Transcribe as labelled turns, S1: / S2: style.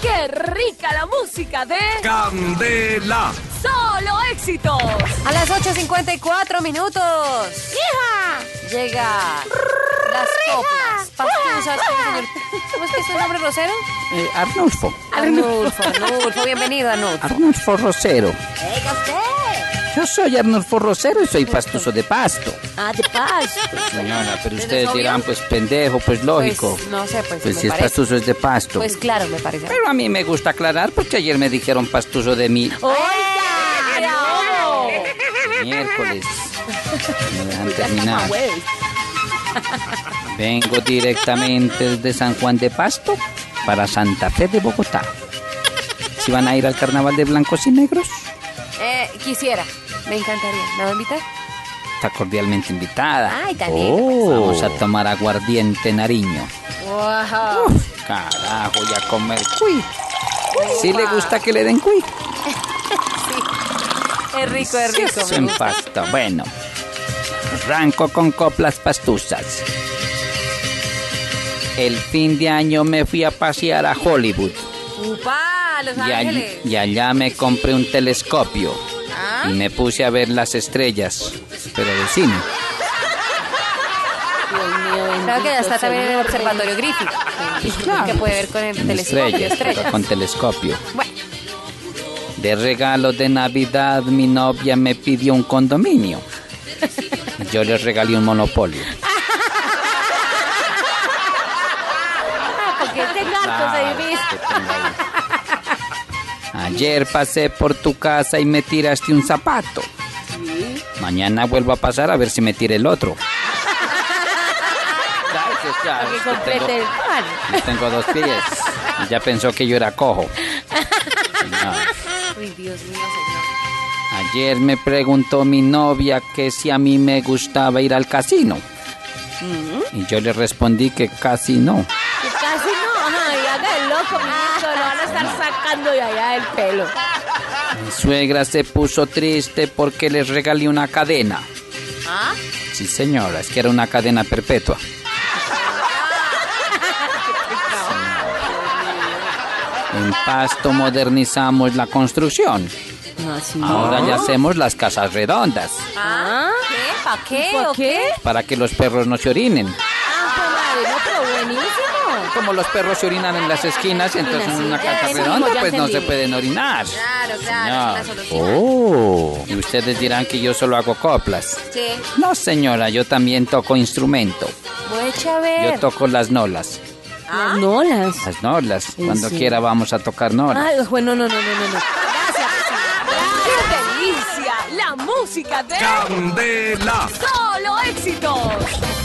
S1: qué rica la música de
S2: Candela.
S1: Solo Éxitos.
S3: A las 8.54 minutos
S4: ¡Hija!
S3: llega las coplas. Pastusas, sí, señor. ¿Cómo es que es tu nombre, Rosero?
S5: Eh, Arnulfo.
S3: Arnulfo, Arnulfo, bienvenido, Arnulfo.
S5: Arnulfo Rosero. Yo soy Arnulfo Rosero y soy pastuso de pasto.
S3: Ah, de paz.
S5: Señora, pero
S3: ¿Eso es
S5: ustedes
S3: obvio?
S5: dirán, pues pendejo, pues
S3: Pues,
S5: lógico.
S3: no sé, pues,
S5: Pues
S3: me
S5: si es
S3: parece.
S5: pastuso es de pasto.
S3: Pues claro, me parece.
S5: Pero a mí me gusta aclarar porque ayer me dijeron pastuso de mí.
S3: ¡Oiga! ¡No!
S5: Miércoles. Me dejan terminar. Vengo directamente desde San Juan de Pasto para Santa Fe de Bogotá. Si van a ir al carnaval de blancos y negros,
S3: Eh, quisiera. Me encantaría. ¿Me va a invitar?
S5: está cordialmente invitada. Oh.
S3: Ay, tan pues,
S5: Vamos a tomar aguardiente nariño.
S3: Wow.
S5: Carajo, y a comer cuy. Si le gusta que le den cuy.
S3: Es rico, es
S5: Sí,
S3: rico.
S5: eso
S3: me
S5: en
S3: gusta.
S5: pasto. Bueno, arranco con coplas pastusas. El fin de año me fui a pasear a Hollywood
S3: Upa, Los
S5: y, all-
S3: Ángeles. Ah.
S5: y allá me compré un telescopio y me puse a ver las estrellas, pero de cine.
S3: Claro que ya está también en el observatorio Griffith. Que puede ver con el
S5: En
S3: telescopio
S5: estrellas, pero
S3: estrella.
S5: con telescopio.
S3: Bueno.
S5: De regalo de Navidad mi novia me pidió un condominio. Yo le regalé un monopolio.
S3: Porque este gato
S5: Claro,
S3: se divisa.
S5: que tengo ahí. Ayer pasé por tu casa y me tiraste un zapato. Mañana vuelvo a pasar a ver si me tira el otro. Gracias, ya, es que tengo-
S3: Complete el pan.
S5: yo tengo dos pies. Y Ya pensó que yo era cojo. Señor.
S3: Uy, Dios mío, señor.
S5: Ayer me preguntó mi novia que si a mí me gustaba ir al casino. Y yo le respondí que casi no.
S1: Que casi no, ajá, y haga el loco, mijito, lo van a
S3: Ah.
S1: estar sacando de allá del pelo.
S5: Mi suegra se puso triste porque les regalé una cadena.
S3: ¿Ah?
S5: Sí, señora, es que era una cadena perpetua. En Pasto modernizamos la construcción. Ahora ya hacemos las casas redondas
S3: ¿Ah? ¿Qué? ¿Pa qué? Ah, pues, ¿O qué?
S5: para que los perros no se orinen.
S1: no, pero buenísimo.
S5: Como los perros se orinan en las esquinas, entonces en una casa
S1: eso mismo,
S5: redonda
S1: ya
S5: pues no
S1: entendí.
S5: se pueden orinar.
S3: Claro,
S5: claro,
S3: claro.
S5: es una
S3: Es una
S5: Oh. Y ustedes dirán que yo solo hago coplas.
S3: Sí.
S5: No, señora, yo también toco instrumento.
S3: Voy a echar a
S5: Yo
S3: ver.
S5: toco las nolas.
S1: Las nolas.
S5: Las nolas. Cuando quiera vamos a tocar nolas.
S1: Ay, bueno, no, no, no, no, no. Gracias,
S3: Ah,
S1: ¡Qué delicia! La música de
S2: Candela.
S1: Solo Éxitos.